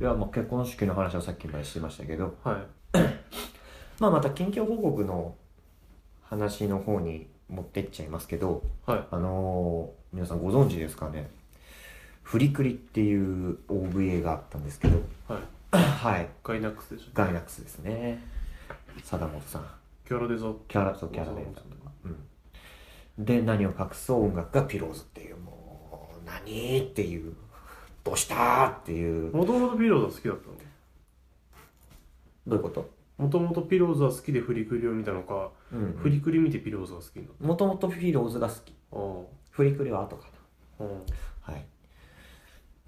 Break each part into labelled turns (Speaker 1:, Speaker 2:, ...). Speaker 1: いや、まあ、結婚式の話はさっきまでしてましたけど、
Speaker 2: はい
Speaker 1: まあ、また近況報告の話の方に持ってっちゃいますけど、
Speaker 2: はい
Speaker 1: あのー皆さんご存知ですかね「フリクリ」っていう OVA があったんですけど
Speaker 2: はい
Speaker 1: はい
Speaker 2: ガイナックスでしょ
Speaker 1: ガイナックスですね貞本さん
Speaker 2: キャラデザ
Speaker 1: キャラとキャラで
Speaker 2: そうそう
Speaker 1: うん、で何を隠そう音楽がピローズっていうもう何っていうどうしたっていう
Speaker 2: もともとピローズは好きだったの
Speaker 1: どういうこと、
Speaker 2: もともとピローズは好きでフリクリを見たのか、
Speaker 1: うん
Speaker 2: フリクリ見てピローズが好きになっ
Speaker 1: もともとピローズが好き
Speaker 2: たあ
Speaker 1: フリクリは後か
Speaker 2: ああ
Speaker 1: なはい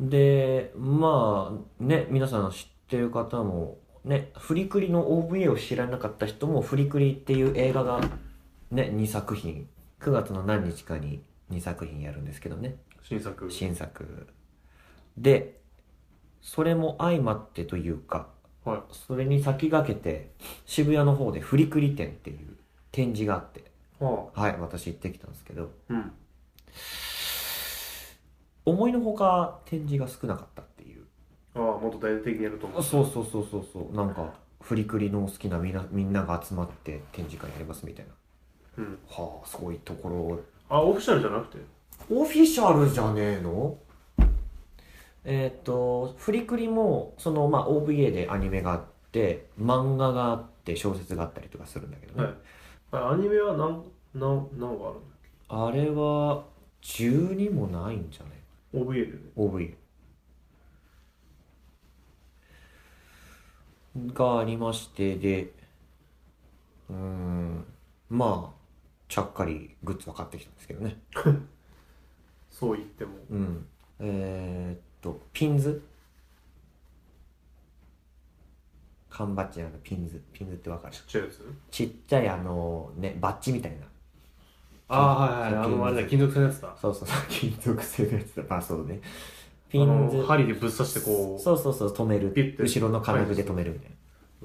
Speaker 1: でまあね皆さん知ってる方もねフリクリの OVA を知らなかった人もフリクリっていう映画がね2作品9月の何日かに2作品やるんですけどね
Speaker 2: あ新作
Speaker 1: 新作でそれも相まってというか
Speaker 2: はい
Speaker 1: それに先駆けて渋谷の方でフリクリ展っていう展示があって
Speaker 2: あ
Speaker 1: はい私行ってきたんですけど
Speaker 2: あうん
Speaker 1: 思いのほか展示が少なかったっていう
Speaker 2: ああもっと大々的にやると思う
Speaker 1: そうそうそうそうそうなんかフリクリの好きなみんなみんなが集まって展示会やりますみたいな
Speaker 2: うん
Speaker 1: はあすごいところ
Speaker 2: あオフィシャルじゃなくて
Speaker 1: オフィシャルじゃねえのえーっとフリクリもその、まあ、OVA でアニメがあって漫画があって小説があったりとかするんだけどね、
Speaker 2: はいあアニメは何何何があるんだっ
Speaker 1: あれは12もないんじゃない
Speaker 2: け OVA でね
Speaker 1: OVA がありましてでうーんまあちゃっかりグッズは買ってきたんですけどね
Speaker 2: そう言っても
Speaker 1: うんえーっとピンズ缶バッジのあのピンズピンズってわかる
Speaker 2: ちっちゃいやつ
Speaker 1: ちっちゃいあのねバッジみたいな
Speaker 2: ああはいはいあ
Speaker 1: 金属
Speaker 2: のあれだ金属製のやつだ
Speaker 1: そうそうそう金属製のやつだまあそうね
Speaker 2: あ
Speaker 1: ピンズ
Speaker 2: の針でぶっ刺してこう
Speaker 1: そうそうそう止める
Speaker 2: ピュッて
Speaker 1: 後ろの金具で止めるみたい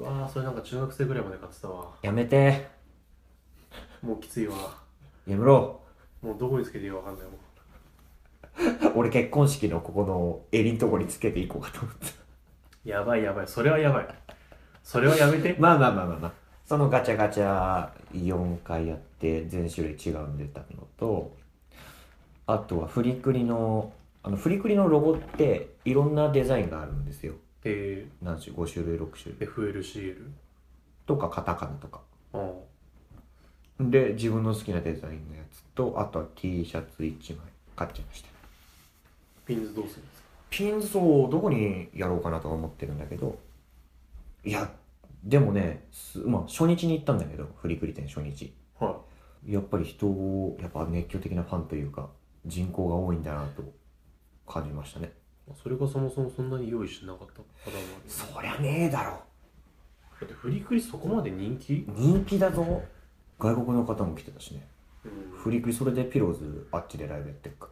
Speaker 1: な
Speaker 2: うわあそれなんか中学生ぐらいまで買ってたわ
Speaker 1: やめて
Speaker 2: もうきついわ
Speaker 1: やめろ
Speaker 2: もうどこにつけていいかわかんないもん
Speaker 1: 俺結婚式のここの襟のとこにつけていこうかと思って
Speaker 2: やばいやばいそれはやばいそれはやめて
Speaker 1: まあまあまあまあまあそのガチャガチャ4回やって全種類違うの出たのとあとはフリクリのあのフリクリのロゴっていろんなデザインがあるんですよ
Speaker 2: え
Speaker 1: 何種5種類6種類
Speaker 2: ー、FLCL
Speaker 1: とかカタカナとか
Speaker 2: ああ
Speaker 1: で自分の好きなデザインのやつとあとは T シャツ1枚買っちゃいました
Speaker 2: ピンズどうするんですか
Speaker 1: ピン層をどこにやろうかなとは思ってるんだけどいやでもねすまあ初日に行ったんだけどフリクリ店初日
Speaker 2: は
Speaker 1: やっぱり人をやっぱ熱狂的なファンというか人口が多いんだなと感じましたね
Speaker 2: いそれがそもそもそんなに用意してなかったパターンも
Speaker 1: そ
Speaker 2: ある
Speaker 1: りゃねえだろ
Speaker 2: だってフリクリそこまで人気
Speaker 1: 人気だぞ外国の方も来てたしねフ
Speaker 2: う
Speaker 1: リクリそれでピローズあっちでライブやってるか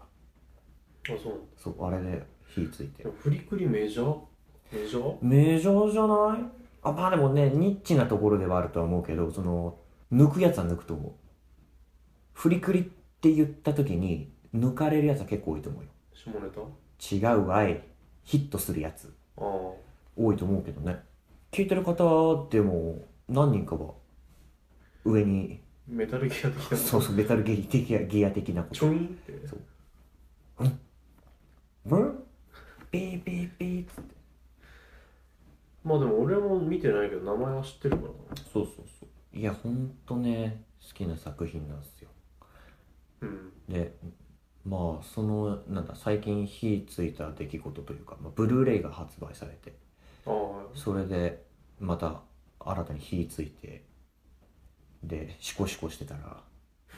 Speaker 1: ら
Speaker 2: んあそうなんだ
Speaker 1: そうあれで火ついて
Speaker 2: でもフリクリメジャーメジャー
Speaker 1: メジャーじゃないあまあでもねニッチなところではあるとは思うけどその抜くやつは抜くと思うフリクリって言った時に抜かれるやつは結構多いと思うよ
Speaker 2: 下ネタ
Speaker 1: 違うわいヒットするやつ
Speaker 2: ああ
Speaker 1: 多いと思うけどね聞いてる方でも何人かは上に
Speaker 2: メタルギア的な
Speaker 1: そうそうメタルゲリ的ギア的なこと
Speaker 2: ちょいんって
Speaker 1: ブンピーピーピーっつって
Speaker 2: まあでも俺も見てないけど名前は知ってるから
Speaker 1: そうそうそういやほんとね好きな作品なんですよ
Speaker 2: なうん
Speaker 1: でまあそのなんだ最近火ついた出来事というか、まあ、ブルーレイが発売されて
Speaker 2: ああ
Speaker 1: それでまた新たに火ついてでシコシコしてたら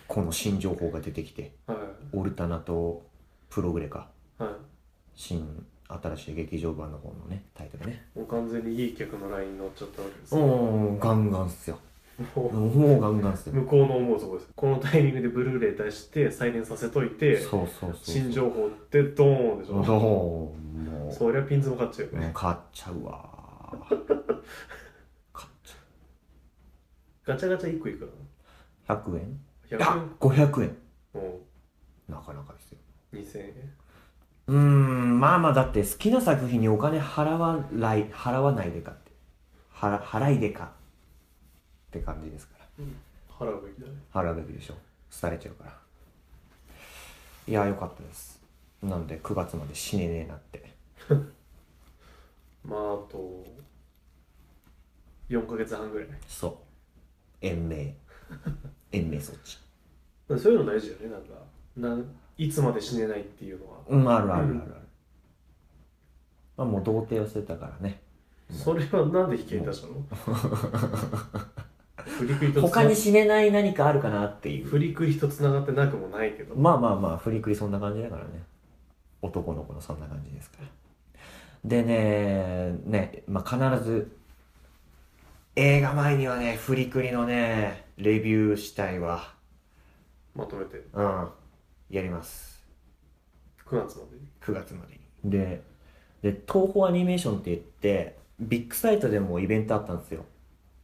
Speaker 1: この新情報が出てきて
Speaker 2: は
Speaker 1: オルタナとプログレか
Speaker 2: いはい
Speaker 1: 新新しい劇場版の方のねタイトルね
Speaker 2: もう完全にいい客のラインに乗っちゃったわけです、
Speaker 1: うんガンガンっすよ
Speaker 2: もう
Speaker 1: もうガンガンっすよ
Speaker 2: 向こうの思うとこですこのタイミングでブルーレイ出して再燃させといて
Speaker 1: そうそうそうそう
Speaker 2: 新情報ってドーンでし
Speaker 1: ど
Speaker 2: ょ
Speaker 1: うもう
Speaker 2: そりゃピンズも買っちゃうよ
Speaker 1: もう
Speaker 2: ね
Speaker 1: 買っちゃうわ 買っちゃう
Speaker 2: ガチャガチャ1個いくら
Speaker 1: 100円
Speaker 2: 100
Speaker 1: あ
Speaker 2: 円
Speaker 1: 500円
Speaker 2: も
Speaker 1: なかなかですよ
Speaker 2: う2000円
Speaker 1: うーんまあまあだって好きな作品にお金払わない払わないでかって払払いでかって感じですから
Speaker 2: 払うべきだね
Speaker 1: 払うべきでしょ廃れちゃうからいやーよかったですなんで9月まで死ねねえなって
Speaker 2: まああと4ヶ月半ぐらい
Speaker 1: そう延命 延命措置
Speaker 2: そういうの大事だよねなんかなんいつまで死ねないっていうのは、
Speaker 1: うんあるあるあるある、まあもう童貞をしてたからね
Speaker 2: それはなんで引き出したの振りくりとつな
Speaker 1: 他に死ねない何かあるかなっていう
Speaker 2: 振りくりとつながってなくもないけど
Speaker 1: まあまあまあ、振りくりそんな感じだからね。男の子のそんな感じですから。でね、ね、まあ必ず、映画前にはね、振りくりのね、レビューしたいわ。
Speaker 2: まとめて
Speaker 1: うん。やります。
Speaker 2: 9月までに
Speaker 1: 9月までに。で、で、東宝アニメーションって言って、ビッグサイトでもイベントあったんですよ。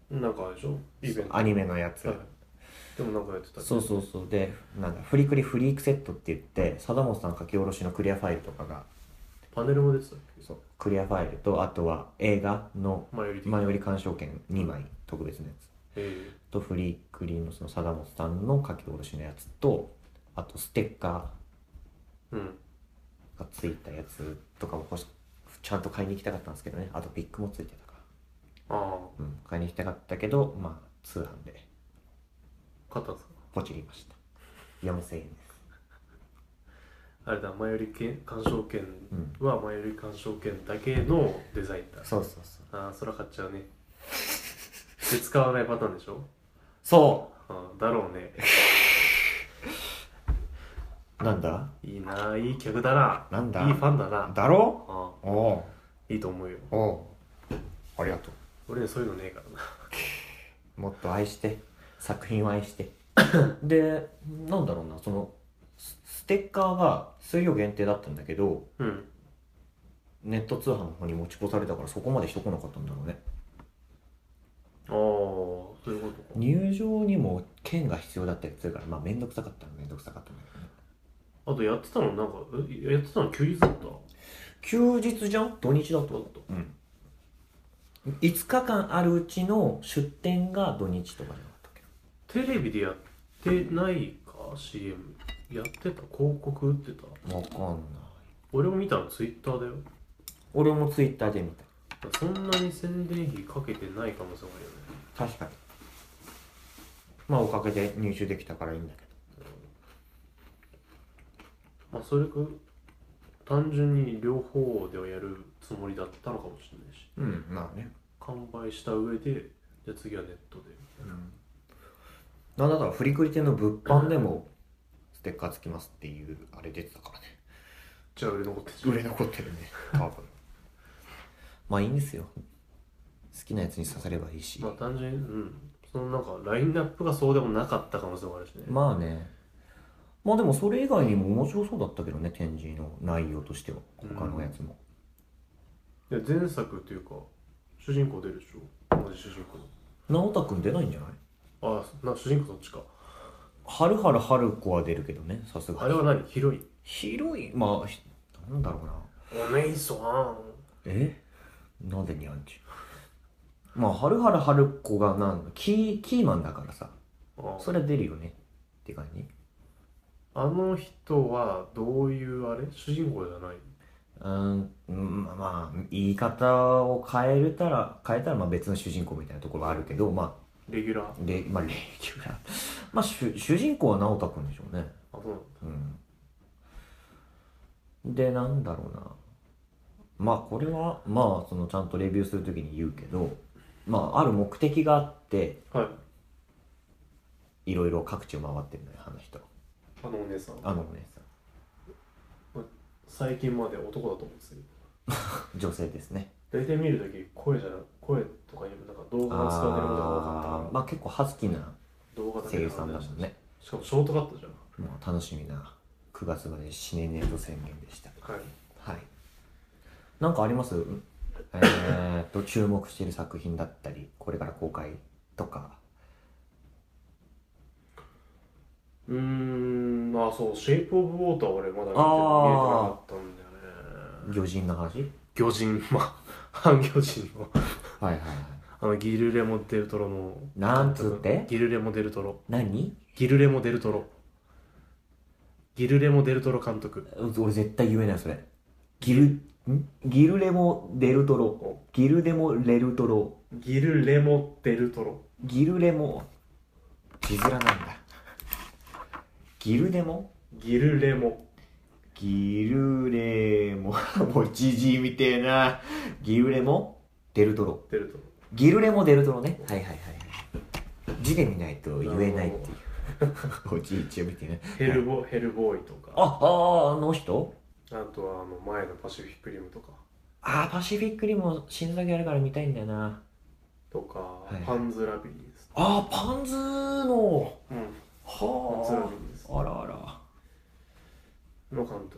Speaker 2: なんかあれでしょイベント
Speaker 1: アニメのやつ。
Speaker 2: はいでもなんかやってた
Speaker 1: そうそうそうでなんかフリクリフリークセットって言って貞本さん書き下ろしのクリアファイルとかが
Speaker 2: パネルも出てたっけ
Speaker 1: そうクリアファイルとあとは映画の
Speaker 2: 前より的な
Speaker 1: 前より鑑賞券2枚特別なやつ
Speaker 2: え
Speaker 1: とフリークリーのその貞本さんの書き下ろしのやつとあとステッカ
Speaker 2: えうん
Speaker 1: ーがついたやつとかも欲しちゃんと買いに行きたかったんですけどねあとピックもついてたか
Speaker 2: あ
Speaker 1: ら、うん、買いに行きたかったけどまあ通販で
Speaker 2: あ買ったんですか
Speaker 1: ポチりました4000円です
Speaker 2: あれだ前よりけ鑑賞券は前より鑑賞券だけのデザインだ、
Speaker 1: そうそうそう
Speaker 2: ああそら買っちゃうねで使わないパターンでしょ
Speaker 1: そ
Speaker 2: ああだろうね
Speaker 1: うなんだ
Speaker 2: いいないい客だな
Speaker 1: なんだ
Speaker 2: いいファンだなあ
Speaker 1: だろ
Speaker 2: あ
Speaker 1: おお
Speaker 2: いいと思うよ
Speaker 1: うおうありがと
Speaker 2: 俺にはそういうのねえからな
Speaker 1: うもっと愛して作品を愛して でなんだろうなそのスステッカーが数量限定だったんだけど
Speaker 2: うん
Speaker 1: ネット通販の方に持ち越されたからそこまでしてこなかったんだろうね
Speaker 2: ああそういうことか
Speaker 1: 入場にも券が必要だったりするからまあ面倒くさかったの面倒くさかったんだけどね
Speaker 2: あとやってたのなんかえやってたの休日だった
Speaker 1: 休日じゃん土日だ
Speaker 2: どう
Speaker 1: と
Speaker 2: だった
Speaker 1: うん5日間あるうちの出店が土日とかじゃなかったっけ
Speaker 2: テレビでやってないか CM やってた広告打ってた
Speaker 1: わかんない
Speaker 2: 俺も見たのツイッターだよ
Speaker 1: 俺もツイッターで見た
Speaker 2: そんなに宣伝費かけてない可能性も
Speaker 1: 確かにまあおかげで入手できたからいいんだけど
Speaker 2: あるよねまあそれか単純に両方ではやるつもりだったのかもしれないし
Speaker 1: うんまあね、
Speaker 2: 完売した上でじゃあ次はネットで
Speaker 1: うん、なんだったら振りくり店の物販でもステッカーつきますっていうあれ出てたからね
Speaker 2: じゃあ売れ残って し
Speaker 1: 売れ残ってるね多分まあいいんですよ好きなやつに刺さればいいし
Speaker 2: まあ単純にうんそのなんかラインナップがそうでもなかった可能性もあるしね
Speaker 1: まあねまあでもそれ以外にも面白そうだったけどね展示の内容としては他のやつも、
Speaker 2: いや前作っていうか主人公出るでしょ同じ主人公
Speaker 1: 直太くん出ないんじゃない
Speaker 2: のああな主人公そっちか
Speaker 1: 春原春子は出るけどねさすが
Speaker 2: あれは何ヒロイン
Speaker 1: 広いまあひなんだろうな
Speaker 2: お姉さん
Speaker 1: えなぜにアンチまあ春原春子がなんキーキーマンだからさ
Speaker 2: あ
Speaker 1: それは出るよねって感じ
Speaker 2: あの人はどういうあれ主人公じゃない
Speaker 1: うんうんまあまあ言い方を変えるたら変えたらまあ別の主人公みたいなところはあるけどま
Speaker 2: レギュラーあ
Speaker 1: あでまあレギュラーまあ主主人公は直太くんでしょうね
Speaker 2: そうなんだ
Speaker 1: うんでなんだろうなまあこれはまあそのちゃんとレビューするときに言うけどまあある目的があって
Speaker 2: はい
Speaker 1: いろいろ各地を回ってるのよあの人
Speaker 2: あのお姉さん
Speaker 1: あのお姉さ
Speaker 2: 最近まで男だと思ってたけど
Speaker 1: ん女性ですね
Speaker 2: 大体見るとき声じゃな声とかよりなんか動画が使われることが多か
Speaker 1: あ
Speaker 2: った
Speaker 1: ー
Speaker 2: か
Speaker 1: まあ結構ハスキーな
Speaker 2: ら動画だけ
Speaker 1: 声
Speaker 2: で
Speaker 1: 優さんだもんね
Speaker 2: しかもショートカットじゃん
Speaker 1: もう楽しみな9月まで死ねねえと宣言でした
Speaker 2: はい
Speaker 1: はいなんかありますえーっと注目してる作品だったりこれから公開とか
Speaker 2: ああそう「シェイプ・オブ・ウォーター」俺まだ見て見えてなかったんだよね
Speaker 1: 魚人の話
Speaker 2: 魚人まあ半魚人の
Speaker 1: はいはいはい
Speaker 2: あのギルレモ・デルトロの
Speaker 1: なんつって
Speaker 2: ギルレモ・デルトロ
Speaker 1: 何
Speaker 2: ギルレモ・デルトロギルレモ・デルトロ監督
Speaker 1: う俺絶対言えないそれギルんギルレモ・デルトロギルデモ・レルトロ
Speaker 2: ギルレモ・デルトロ
Speaker 1: ギルレモ字面なんだギルデモ
Speaker 2: ギルレモ
Speaker 1: ギルレモ もうじじいみてえなギルレモ・デルトロ
Speaker 2: デルトロ
Speaker 1: ギルレモ・デルトロねはいはいはいはい字で見ないと言えないっていう おじいちゃんみてえな
Speaker 2: ヘルボヘルボーイとか
Speaker 1: あああの人
Speaker 2: あとはあの前のパシフィックリムとか
Speaker 1: ああパシフィックリも新作やるから見たいんだよな
Speaker 2: とか、
Speaker 1: いはい
Speaker 2: パンズラビリンス
Speaker 1: ああパンズの
Speaker 2: うんパンズラビ
Speaker 1: は
Speaker 2: リンス
Speaker 1: ああらあら
Speaker 2: の監督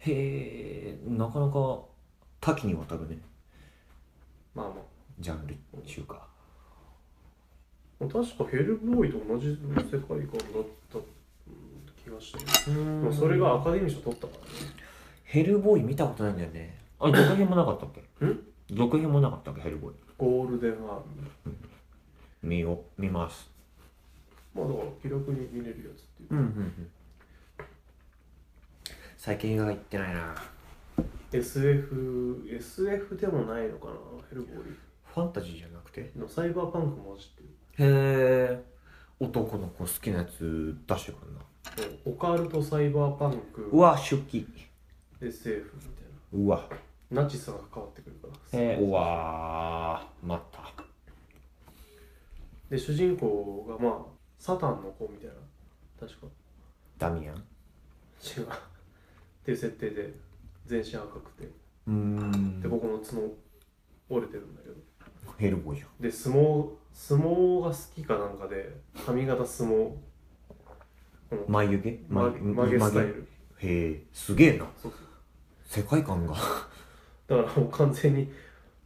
Speaker 1: へえなかなか多岐にわたるね
Speaker 2: まあま
Speaker 1: ジャンル中か
Speaker 2: あ確かヘルボーイと同じ世界観だったうん気がして
Speaker 1: う
Speaker 2: まあそれがアカデミー賞取ったからね
Speaker 1: ヘルボーイ見たことないんだよねあ続編もなかったっけ
Speaker 2: ん
Speaker 1: 続編もなかったっけヘルボーイ
Speaker 2: ゴールデンアーミー
Speaker 1: 見よう見ます
Speaker 2: まあだから気楽に見れるやつっていう
Speaker 1: うんうんうん最近映画行ってないな
Speaker 2: SF SF でもないのかなヘルボーイ
Speaker 1: ファンタジーじゃなくてへ
Speaker 2: のサイバーパンクも混じってる
Speaker 1: え男の子好きなやつ出してくんな
Speaker 2: オカルトサイバーパンク
Speaker 1: うわ出記
Speaker 2: SF みたいう
Speaker 1: わ
Speaker 2: なナチスが関わってくるから
Speaker 1: えうわーまた
Speaker 2: で主人公がまあサタンの子みたいな確か
Speaker 1: ダミアン
Speaker 2: 違うっていう設定で全身赤くて
Speaker 1: うーん
Speaker 2: でここの角折れてるんだけど
Speaker 1: ヘルボーイじゃん
Speaker 2: で相撲相撲が好きかなんかで髪型相撲
Speaker 1: 眉毛
Speaker 2: 曲げ曲げスタイル
Speaker 1: へえすげえな
Speaker 2: そう
Speaker 1: 世界観が
Speaker 2: そうだからもう完全に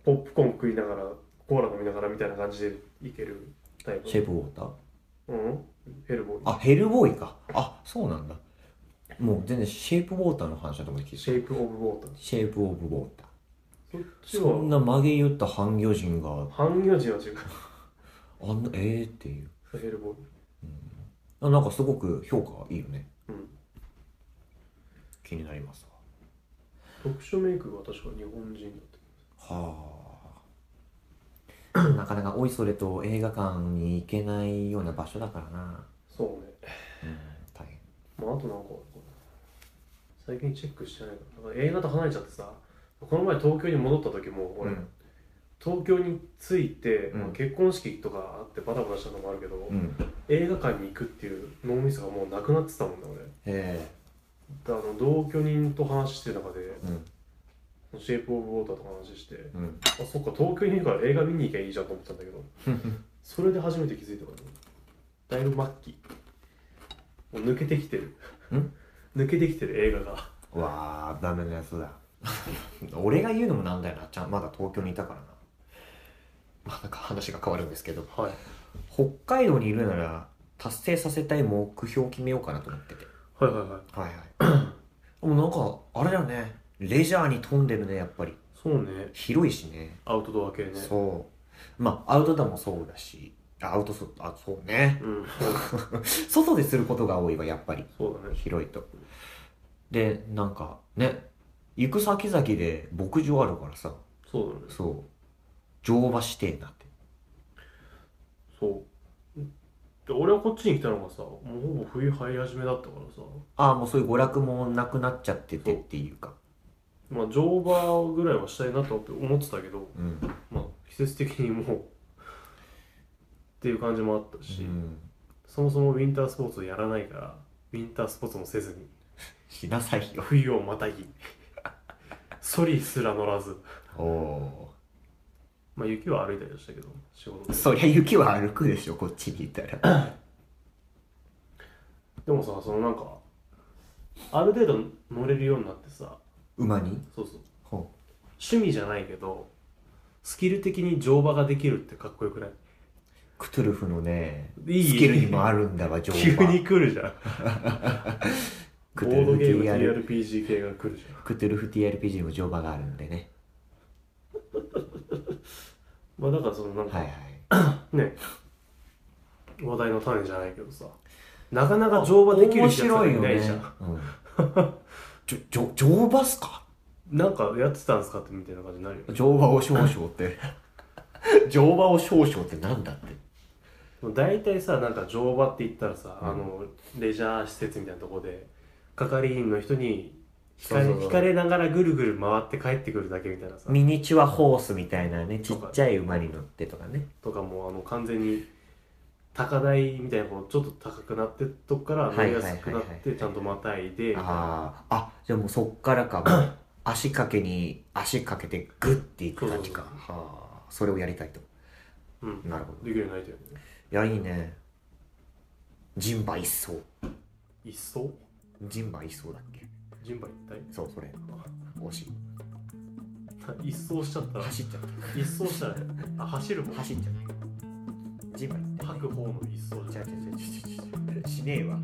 Speaker 2: ポップコーン食いながらコーラ飲みながらみたいな感じでいけるタイプ
Speaker 1: シェイプウォーター
Speaker 2: うんヘルボーイ
Speaker 1: あヘルボーイかあそうなんだもう全然シェイプウォーターの話だと思って聞い
Speaker 2: シ
Speaker 1: て
Speaker 2: ェイプ・オブ・ウォーター
Speaker 1: シェイプオブウォーター
Speaker 2: そっち
Speaker 1: そんな
Speaker 2: は
Speaker 1: 曲げ言った半魚人が
Speaker 2: 半魚人は違う
Speaker 1: あんなええっていう
Speaker 2: ヘルボーイ
Speaker 1: あなんかすごく評価いいよね
Speaker 2: うん
Speaker 1: 気になります
Speaker 2: 特殊メイクが確か日本人だった
Speaker 1: わはあ なかなかおいそれと映画館に行けないような場所だからな
Speaker 2: そうね
Speaker 1: うん大変
Speaker 2: まあ、あとなんかあるかな最近チェックしてないからなんか映画と離れちゃってさこの前東京に戻った時も俺、
Speaker 1: うん
Speaker 2: 東京に着いて、
Speaker 1: うん
Speaker 2: まあ、結婚式とかあってバタバタしたのもあるけど、
Speaker 1: うん
Speaker 2: 映画館に行くっていう脳みそがもうなくなってたもんね俺
Speaker 1: へ
Speaker 2: であの同居人と話してる中で
Speaker 1: えうん
Speaker 2: 「シェイプ・オブ・ウォーター」とか話して
Speaker 1: うん
Speaker 2: あそっか東京にいるから映画見に行けばいいじゃんと思ってたんだけどそれで初めて気づいたからねだいぶ末期もう抜けてきてる
Speaker 1: ん
Speaker 2: 抜けてきてる映画が
Speaker 1: わあダメなやつだ 俺が言うのもなんだよなちゃんまだ東京にいたからなまあなんか話が変わるんですけど
Speaker 2: はい
Speaker 1: 北海道にいるなら達成させたい目標を決めようかなと思ってて
Speaker 2: はいはいはい
Speaker 1: はいはい もうなんかあれだよねレジャーに飛んでるねやっぱり
Speaker 2: そうね
Speaker 1: 広いしね
Speaker 2: アウトドア系ね
Speaker 1: そうまあアウトドアもそうだしあアウトソあそうね
Speaker 2: うん
Speaker 1: 外ですることが多いわやっぱり
Speaker 2: そうだね
Speaker 1: 広いとでなんかね行く先々で牧場あるからさ
Speaker 2: そうだね
Speaker 1: そう乗馬してえなって
Speaker 2: そうで俺はこっちに来たのがさもうほぼ冬入り始めだったからさ
Speaker 1: ああもうそういう娯楽もなくなっちゃっててっていうか
Speaker 2: まあ乗馬ぐらいはしたいなと思って思ってたけど
Speaker 1: うん、
Speaker 2: まあ季節的にもうっていう感じもあったし、
Speaker 1: うん、
Speaker 2: そもそもウィンタースポーツをやらないからウィンタースポーツもせずに
Speaker 1: しなさいよ
Speaker 2: 冬をま たぎソリすら乗らず
Speaker 1: おお
Speaker 2: まあ雪は歩いたりはしたけど仕事
Speaker 1: ー
Speaker 2: で
Speaker 1: そりゃ雪は歩くでしょこっちにいたら
Speaker 2: でもさそのなんかある程度乗れるようになってさ
Speaker 1: 馬に
Speaker 2: そうそう
Speaker 1: ほ
Speaker 2: 趣味じゃないけどスキル的に乗馬ができるってかっこよくないう
Speaker 1: クトゥルフのね、
Speaker 2: いい
Speaker 1: スキルにもあるんだわ、情
Speaker 2: 急
Speaker 1: 報
Speaker 2: に来るじゃん
Speaker 1: クト
Speaker 2: ボ
Speaker 1: ゥ
Speaker 2: ー
Speaker 1: ル
Speaker 2: ド
Speaker 1: フ
Speaker 2: ゲーム
Speaker 1: TR、
Speaker 2: TRPG 系が来るじゃん
Speaker 1: クトゥルフ TRPG にも乗馬があるんでね。
Speaker 2: まあだからそのなんか
Speaker 1: はいはい。
Speaker 2: ね話題の種じゃないけどさなかなか乗馬できる
Speaker 1: 面
Speaker 2: 人やつが
Speaker 1: 白いよ
Speaker 2: い
Speaker 1: ね
Speaker 2: ないじゃん、。
Speaker 1: うん。じょ、じょ、乗馬っすか
Speaker 2: なんかやってたんすかってみたいな感じになるよね
Speaker 1: 乗馬を少々って。 乗馬を少々ってなんだって。
Speaker 2: もう大体さなんか乗馬って言ったらさ、
Speaker 1: うん
Speaker 2: あのレジャー施設みたいなとこで係員の人に引
Speaker 1: そうそ
Speaker 2: かれ
Speaker 1: うそう
Speaker 2: 引かれながらぐるぐる回って帰ってくるだけみたいなさ
Speaker 1: ミニチュアホースみたいなね、ちっちゃい馬に乗ってとかね。
Speaker 2: とかもうあの完全に高台みたいなこうちょっと高くなってるとこから乗りやすくなっ
Speaker 1: はいはいはいは
Speaker 2: てちゃんとまたいで
Speaker 1: ああ、あ、じゃあもうそっからか。も う足掛けに、足掛けてグッていく感じか。
Speaker 2: そう
Speaker 1: はあ、それをやりたいと。
Speaker 2: うん
Speaker 1: なるほど。
Speaker 2: できるようになりたいよね
Speaker 1: いや、いいね。人馬一層。
Speaker 2: 一層
Speaker 1: 人馬一層だっけ
Speaker 2: 人馬一体
Speaker 1: そう、それ。惜しい。
Speaker 2: 一掃しちゃったら
Speaker 1: 走っちゃった。
Speaker 2: 一掃したらあ走るもん
Speaker 1: 走っちゃった。人馬一
Speaker 2: 吐く方の一掃じゃん
Speaker 1: じゃじゃじゃじゃじゃしねえわ。